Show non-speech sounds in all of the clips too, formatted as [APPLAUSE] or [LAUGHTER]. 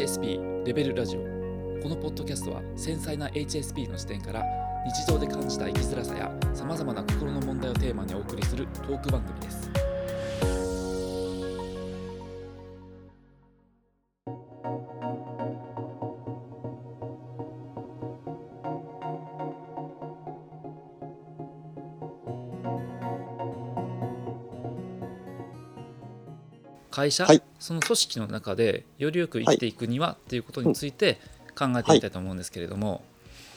HSP レベルラジオこのポッドキャストは繊細な HSP の視点から日常で感じた生きづらさやさまざまな心の問題をテーマにお送りするトーク番組です会社、はいその組織の中でよりよく生きていくにはっていうことについて考えていきたいと思うんですけれども、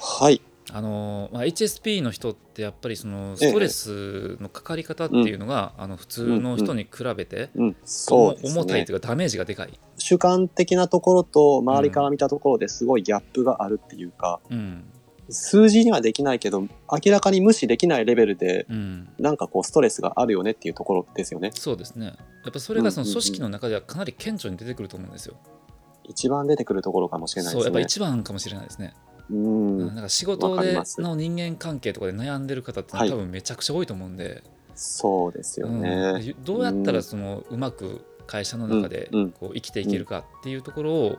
はい。あのまあ、HSP の人ってやっぱりそのストレスのかかり方っていうのが、あの普通の人に比べて、うん。そうです重たいねと。いうかダメージがでかい、主観的なところと周りから見たところですごいギャップがあるっていうか、うん数字にはできないけど、明らかに無視できないレベルで、うん、なんかこうストレスがあるよねっていうところですよね。そうですねやっぱそれがそのうんうんう組ん織の中ではかなり顕著に出てくると思うんですよ、一番出てくるところかもしれないそうでやすっぱね。一番かもしれないですね、ううんん。なんか仕わ事かりでますの人間関係とかで悩んでる方ってのははい多分めちゃくちゃ多いと思うんで、そうですようんね。でどうやったらそのうまく会社の中でうんうんこう生きていけるかっていうところを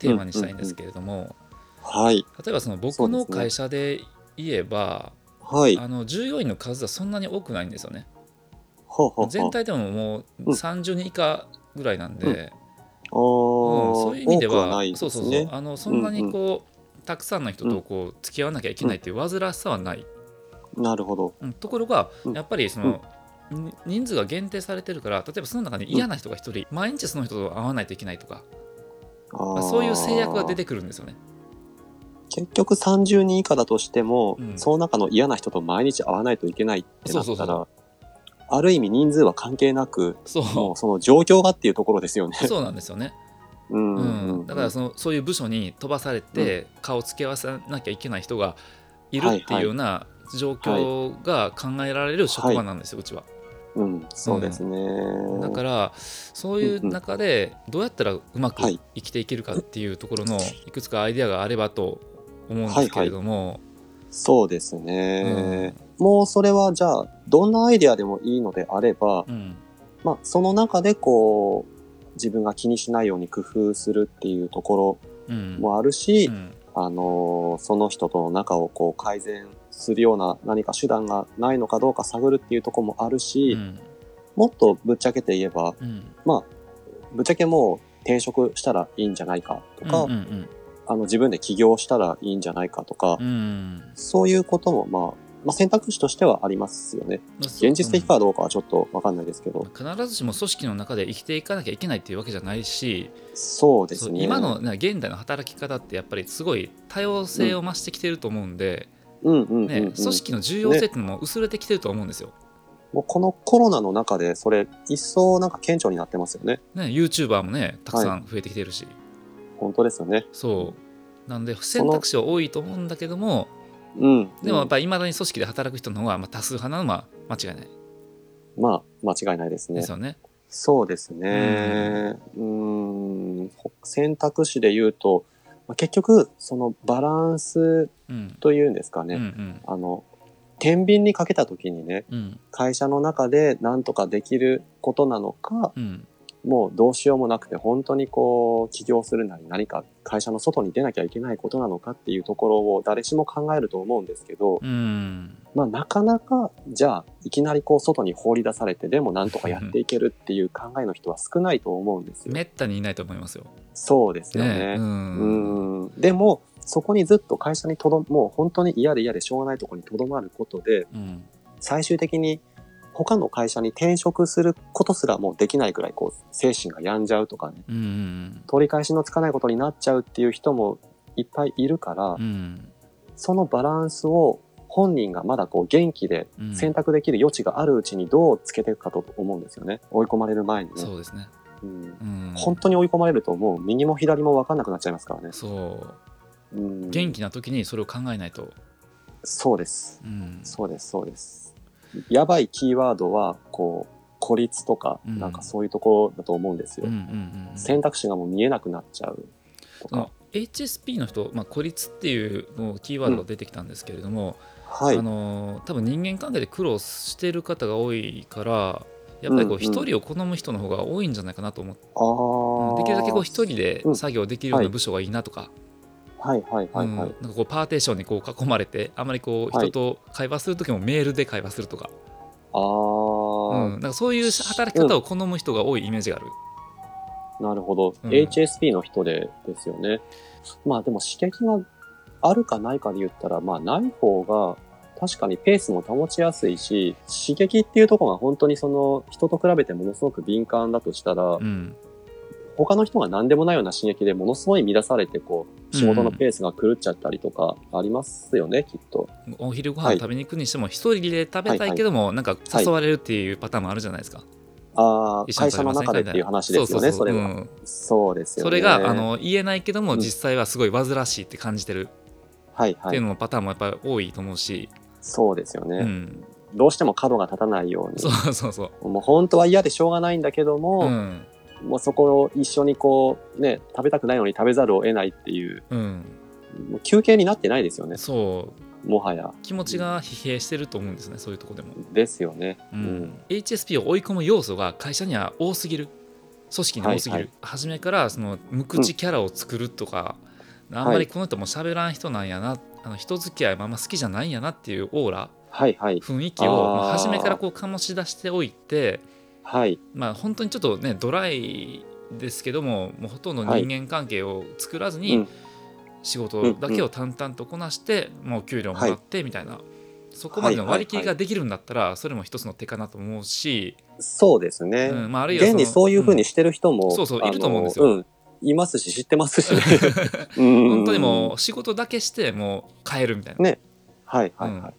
テーマにしたいんですけれども、はい。例えばその僕そうですのね会社で言えば、はい。あの従業員の数はそんなに多くないんですよね。ほうほうほう全体でももううん30人以下ぐらいなんで、あーうんそういう意味で多くはないでそうすそうそうね。あのそんなにこう、たくさんの人とこう付き合わなきゃいけないっていう煩わしさはない、なるほど。うんところがうんやっぱりその、に人数が限定されてるから例えばその中に嫌な人が1人、毎日その人と会わないといけないとか、まああーそういう制約が出てくるんですよね。結局30人以下だとしても、うんその中の嫌な人と毎日会わないといけないってなったらそうそうそある意味人数は関係なくそうもうその状況がっていうところですよね。そうなんですよね。 [LAUGHS] うんうん、だからそのそういう部署に飛ばされて顔つけ合わせなきゃいけない人がいるっていうような状況が考えられる職場なんですよ、うちは。うん、そうですね。だからそういう中でどうやったらうまくはい生きていけるかっていうところのいくつかアイデアがあればと思うんですけれども、そうですね、もうそれはじゃあどんなアイデアでもいいのであれば、うんまあ、その中でこう自分が気にしないように工夫するっていうとこうんろもあるし、うんあのーその人との仲をこう改善するような何か手段がないのかどうか探るっていうところもあるし、うんもっとぶっちゃけて言えばうんぶっちゃけもう転職したらいいんじゃないかとか、うんうんあの自分で起業したらいいんじゃないかとか、うんそういうことも、まあ、まあ選択肢としてはありますよね。現実的かどうかはちょっとわかんないですけど、必ずしも組織の中で生きていかなきゃいけないっていうわけじゃないし、そうですそうね。今のな現代の働き方ってやっぱりすごい多様性を増してきてると思うんで、うんうんうんうん、ね、組織の重要性っていうのも薄れてきてると思うんですよ。もうこのコロナの中でそれ一層なんか顕著になってますよね。ね、YouTuber もねたくさん増えてきてるし、本当ですよね。そうなんで選択肢は多いと思うんだけどもうん。でもやっぱりいまだに組織で働く人の方がまあ多数派なのは間違いないまあ間違いないですね。ですよね。そうですね。うーんほ選択肢で言うと、まあ結局、そのバランスうんというんですかね、うんうんあの、天秤にかけた時にね、うん会社の中で何とかできることなのか、うんもうどうしようもなくて、本当にこう、起業するなり何か会社の外に出なきゃいけないことなのかっていうところを誰しも考えると思うんですけど、うんまあなかなか、じゃあ、いきなりこう、外に放り出されて、でも何とかやっていけるっていう考えの人は少ないと思うんですよ。めったにいないと思いますよ。そうですよねね。うんうんでも、そこにずっと会社にとど、もう本当に嫌で嫌でしょうがないところにとどまることで、うん最終的に他の会社に転職することすらもうできないくらい、こう、精神が病んじゃうとかね、うんうん取り返しのつかないことになっちゃうっていう人もいっぱいいるから、うんそのバランスを本人がまだこう元気でうん選択できる余地があるうちにどうつけていくかと思うんですよね。追い込まれる前にね。そうですね。うんうん本当に追い込まれるともう右も左も分かんなくなっちゃいますからね。そううん元気な時にそれを考えないと。そうです。うんそうです、そうです。やばいキーワードは、こう、孤立とか、うんなんかそういうところだと思うんですよ。うんうんうん、選択肢がもう見えなくなっちゃうそとかの。HSP の人、まあ、孤立っていうのをキーワードが出てきたんですけれども、はいあ。のー多分人間関係で苦労してる方が多いからやっぱりこううんうん一人を好む人の方が多いんじゃないかなと思って、あーうんできるだけこう一人でうん作業できるようはない部署がいいなとか、はいはいはういんは。ないんかこうパーテーションにこう囲まれてあまりこうはい人と会話する時もメールで会話するとか,、あうん、ー、なんかそういう働き方を好む人が多いイメージがある、なるほど。うん HSP の人でですよね。まあでも刺激があるかないかで言ったら、まあない方が確かにペースも保ちやすいし、刺激っていうところが本当にその人と比べてものすごく敏感だとしたらう、ん他の人が何でもないような刺激でものすごい乱されて、こう、仕事のペースが狂っちゃったりとかありますよね、きっと。お昼ごは飯い食べに行くにしても一人で食べたいけども、なんか誘われるっていうパターンもあるじゃないですか、ああ、一緒に会食社べまのせん中でっていう話ですよね、それうは。んそうですよそね。れがあ、の言えないけどもうん実際はすごい煩わしいって感じてるはいっはていうい。のもパターンもやっぱり多いと思うし、そうですよね。うん、どうしても角が立たないようにそ。うそうそう、もう本当は嫌でしょうがないんだけどうも、んもうそこを一緒にこう、ね、食べたくないのに食べざるを得ないっていう、うん、もう休憩になってないですよね、そうもはや。気持ちが疲弊してると思うんですねそういうとこでも、ですよね。うん HSP を追い込む要素が会社には多すぎる組織に多すぎる、はいはは初めからその無口キャラを作るとか、あんまりこの人も喋らん人なんやな、あの人付き合いもあんま好きじゃないんやなっていうオーラはいはい。雰囲気をあーまあ初めからこう醸し出しておいてはい。まあ本当にちょっとねドライですけどももうほとんど人間関係を作らずに、うん仕事だけを淡々とこなして、もう給料もらってみたいな、そこまでの割り切りができるんだったら、それも一つの手かなと思うし、そうですね。うんまあ、あるいは現にそういうふうにししてる人うも、んそうそうあのいると思うんですよんいますし、知ってま [LAUGHS] すしね。うん本当にもう仕事だけしてもう帰るみたいな、ねはいはいはうい。んっ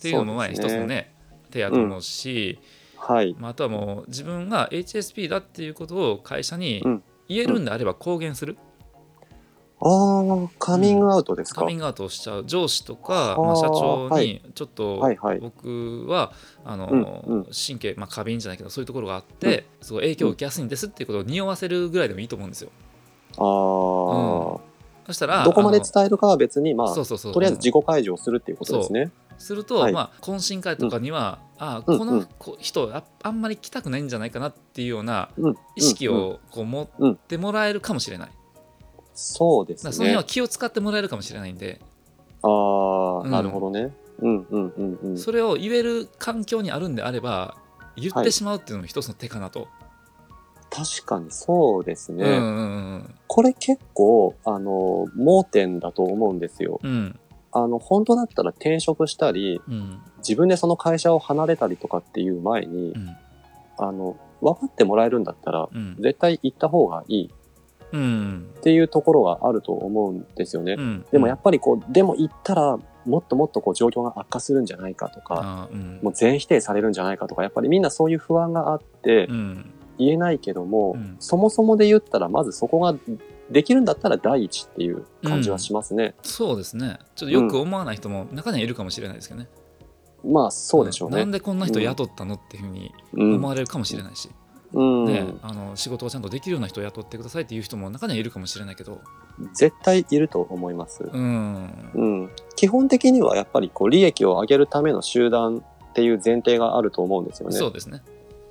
ていうのもまあそう一ですつねのね手やと思うし、はい。まあ、あとはもう自分が HSP だっていうことを会社にうん言えるんであれば公言する、ああ、カミングアウトですか。カミングアウトをしちゃう上司とか、はまあ、あ社長はにいちょっと、はいはい。僕はあの、うんうん神経、まあ、過敏じゃないけどそういうところがあって、すごい影響を受けやすいんですっていうことを匂わせるぐらいでもいいと思うんですよ。ああ、そしたらどこまであの伝えるかは別に、まあそう、そうそうとりあえず自己解除をするっていうことですね。すると、はいまあ、懇親会とかには、あうんこうのんこ人ああんまり来たくないんじゃないかなっていうようなうん意識うんうんをこう持ってもらえるかもしれない、だかそうですらそのね辺は。気を使ってもらえるかもしれないんで、ああ、うんなるほどね。うんうんうんうん。それを言える環境にあるんであれば言っはていしまうっていうのも一つの手かなと。確かにそうですね。うんうんこれ結構、あの、盲点だと思うんですよ。うんうんあの、本当だったら転職したり、うん自分でその会社を離れたりとかっていう前にう、んあの、分かってもらえるんだったら、うん絶対行った方がいいうんっていうところがあると思うんですよね。うん、でもやっぱりこう、でも行ったら、もっともっとこう状況が悪化するんじゃないかとか、あーうんもう全否定されるんじゃないかとか、やっぱりみんなそういう不安があって、うん言えないけども、うんそもそもで言ったら、まずそこができるんだったら第一っていう感じはしますね。そうですねちょっとよく思わない人も中にはいるかもしれないですけどね、まあそうでしょうね。なんでこんな人雇ったのっていうふうにうん思われるかもしれないし、うんね、あの仕事がちゃんとできるような人を雇ってくださいっていう人も中にはいるかもしれないけど絶対いると思います。うんうん、基本的にはやっぱりこう利益を上げるための集団っていう前提があると思うんですよね。そうですね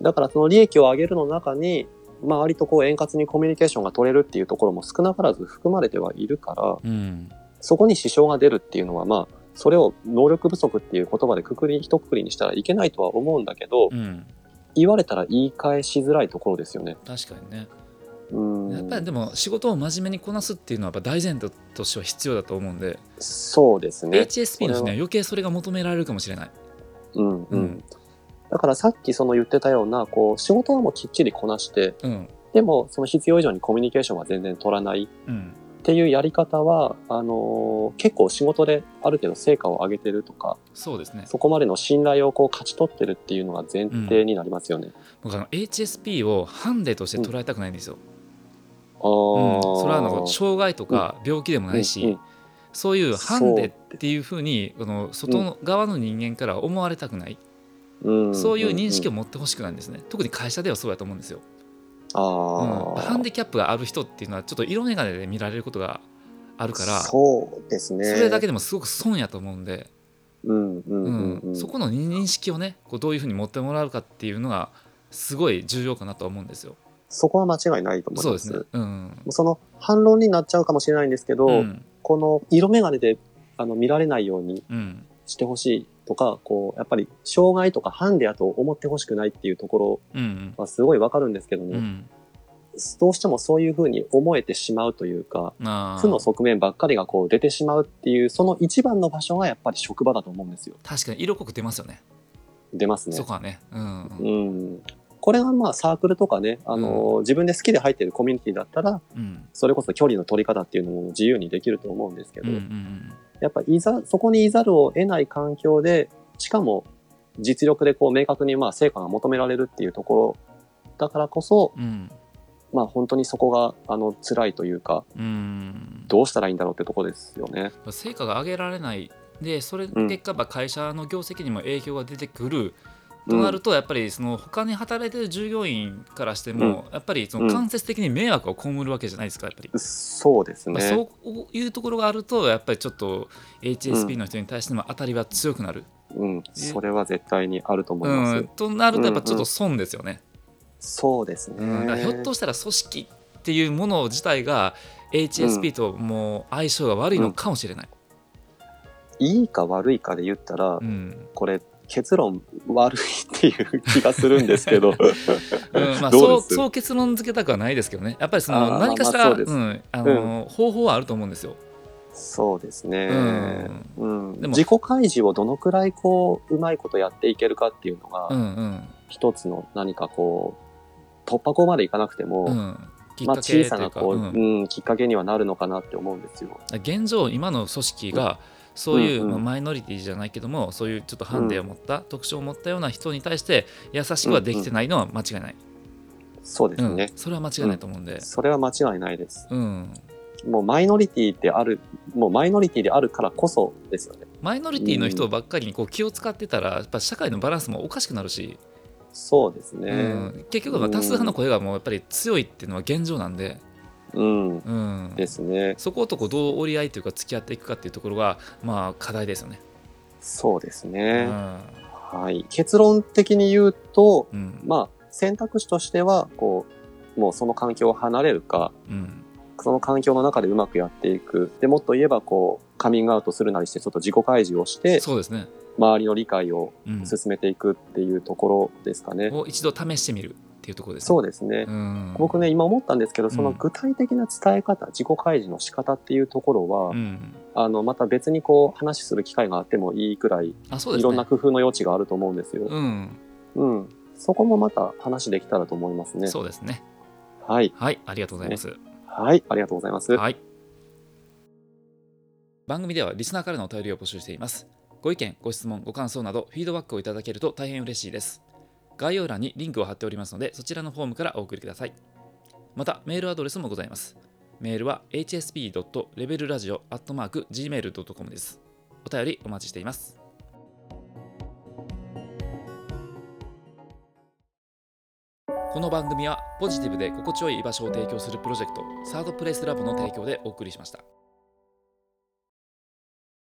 だからその利益を上げるの中に、まあ割とこう円滑にコミュニケーションが取れるっていうところも少なからず含まれてはいるから、うんそこに支障が出るっていうのは、まあ、それを能力不足っていう言葉でくくり、一括りにしたらいけないとは思うんだけど、うん言われたら言い返しづらいところですよね。確かにねうん。やっぱりでも仕事を真面目にこなすっていうのはやっぱ大前提としては必要だと思うんで、そうですね。 HSP の人には余計それが求められるかもしれないうんうん。うんだからさっきその言ってたような、こう、仕事はもうきっちりこなして、うんでもその必要以上にコミュニケーションは全然取らないうんっていうやり方は、あのー結構仕事である程度成果を上げてるとか、そうですねそこまでの信頼をこう勝ち取ってるっていうのが前提になりますよね。僕あの HSP をハンデとして捉えたくないんですよ、あーうんそれはあの障害とか病気でもないし、うんうんそういうハンデっていうふうにあの外側の人間から思われたくない、うんそういう認識をん持ってほしくないんですね、特に会社ではそうだと思うんですよ、うんああ、ハンディキャップがある人っていうのはちょっと色眼鏡で見られることがあるからそそうですね。れだけで、でもすごく損やと思うんで、うんうんうんうんうんそこの認識をねこうどういうふうに持ってもらうかっていうのがすごい重要かなとは思うんですよ。そこは間違いないと思います。そうですね。うん。その反論になっちゃうかもしれないんですけど、うん。この色眼鏡であの見られないようにうん。してほしいとか、こう、やっぱり障害とかハンデやと思ってほしくないっていうとこうん。ろはすごいわかるんですけどうね、ん。どうしてもそういうふうに思えてしまうというか、まあ負の側面ばっかりがこう出てしまうっていう、その一番の場所がやっぱり職場だと思うんですよ。確かに色濃く出ますよね。出ますねそ。こはね。うん。うんうん。これがまあサークルとかね、あの、自分で好きで入ってるコミュニティだったら、うん。それこそ距離の取り方っていうのも自由にできると思うんですけうん。うど、ん。やっぱいざ、そこにいざるを得ない環境で、しかも実力でこう明確にまあ成果が求められるっていうところだからこそ、うん。まあ本当にそこがあの辛いというか、うん。どうしたらいいんだろうってとこですよね。成果が上げられないでそれで結果ば会社の業績にも影響が出てくる、うんとなるとやっぱりその他に働いてる従業員からしても、やっぱりその間接的に迷惑を被るわけじゃないですかやっぱり。そうですまあね。そういうところがあるとやっぱりちょっと HSP の人に対しての当たりは強くなる、うん。それは絶対にあると思いうまんす。となるとやっぱちょっと損ですよね、そうですね。うんだからひょっとしたら組織っていうもの自体が HSP ともう相性が悪いのかもしれない、いいか悪いかで言ったら、うんこれ結論悪いっていう気がするんです [LAUGHS] けど。うんまあ、どそううですそう結論付けたくはないですけどねやっぱりそあーの何かしまらあまあそうですうんあの方法はあると思うんですよ。そうですね。うんでも自己開示をどのくらいこう、うまいことやっていけるかっていうのうが、んうん一つの何かこう、突破口までいかなくても、うん、きっまあか小けさといなうか、こう、ううんん、きっかけにはなるのかなって思うんですよ。現状今の組織がそういう、うんうんまあマイノリティじゃないけどもそういうちょっとハンデを持った、特徴を持ったような人に対して優しくはできてないのは間違いない、そうですうんね。それは間違いないと思うんで、それは間違いないです。うんもうマイノリティってある、もうマイノリティであるからこそですよね。マイノリティの人ばっかりにこう気を使ってたらやっぱ社会のバランスもおかしくなるし、そうですうね。ん、結局は多数派の声がもうやっぱり強いっていうのは現状なんで。うん。うんですね。そことこうどう折り合いというか付き合っていくかっていうところがまあ課題ですよね。そうですうね。んはい。結論的に言うと、うんまあ、選択肢としては、こう、もうその環境を離れるか、うんその環境の中でうまくやっていく。で、もっと言えば、こう、カミングアウトするなりして、ちょっと自己開示をして、そうですね。周りの理解をうん、進めていくっていうところですかね。を一度試してみるっていうところですね。そうですね。うん僕ね、今思ったんですけど、そうのん具体的な伝え方、自己開示の仕方っていうところは、うんあの、また別にこう、話する機会があってもいいくらい、あそうでいすね。ろんな工夫の余地があると思うんですよ。うん、うん。そこもまた話できたらと思いますね。そうですね。はい。はい、ありがとうございます。はい。ありがとうございます。はい。番組ではリスナーからのお便りを募集しています。ご意見、ご質問、ご感想などフィードバックをいただけると大変嬉しいです。概要欄にリンクを貼っておりますので、そちらのフォームからお送りください。また、メールアドレスもございます。メールは hsp.levelradio.gmail.com です。お便りお待ちしています。この番組はポジティブで心地よい居場所を提供するプロジェクトサードプレイスラボの提供でお送りしました。